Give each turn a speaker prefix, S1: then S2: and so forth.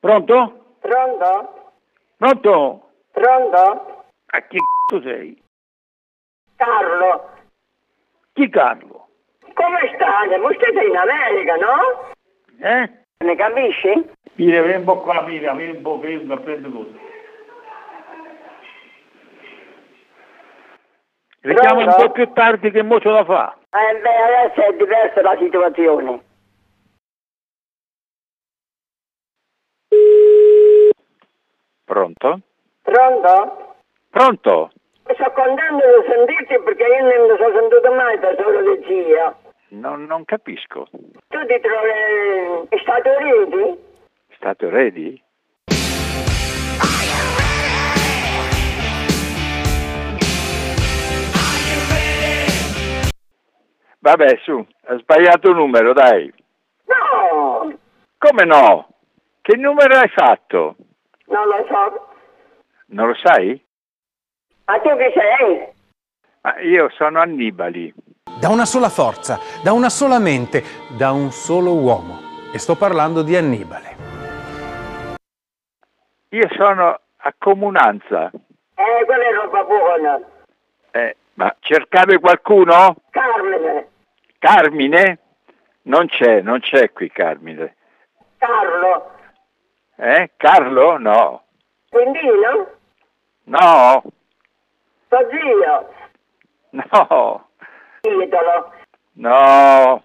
S1: Pronto?
S2: Pronto?
S1: Pronto?
S2: Pronto?
S1: A chi c***o sei?
S2: Carlo,
S1: Chi Carlo?
S2: come state? Voi siete in America, no?
S1: Eh?
S2: Mi capisci?
S1: Mi deve un po' con la pira, vieni un po' fermo a prendere cose. Vediamo un
S2: Pronto?
S1: po' più tardi che mo ce la fa.
S2: Eh beh, adesso è diversa la situazione.
S3: Pronto?
S2: Pronto?
S3: Pronto?
S2: Sono contento di sentirti perché io non mi sono sentito mai da solo di zia.
S3: Non, non capisco.
S2: Tu ti trovi in Stati Uniti?
S3: State ready? Vabbè, su, ha sbagliato il numero, dai.
S2: No,
S3: Come no? Che numero hai fatto?
S2: non lo so.
S3: Non lo sai?
S2: Ma tu chi sei?
S3: Ma io sono Annibali.
S4: da una sola forza, da una sola mente, da un solo uomo. E sto parlando di Annibale.
S3: Io sono a Comunanza.
S2: Eh, quella è roba buona.
S3: Eh, ma cercate qualcuno?
S2: Carmine,
S3: Carmine? Non c'è, non c'è qui Carmine.
S2: Carlo,
S3: Eh? Carlo? No.
S2: Quindino,
S3: No.
S2: tuo zio,
S3: No.
S2: Italo.
S3: No.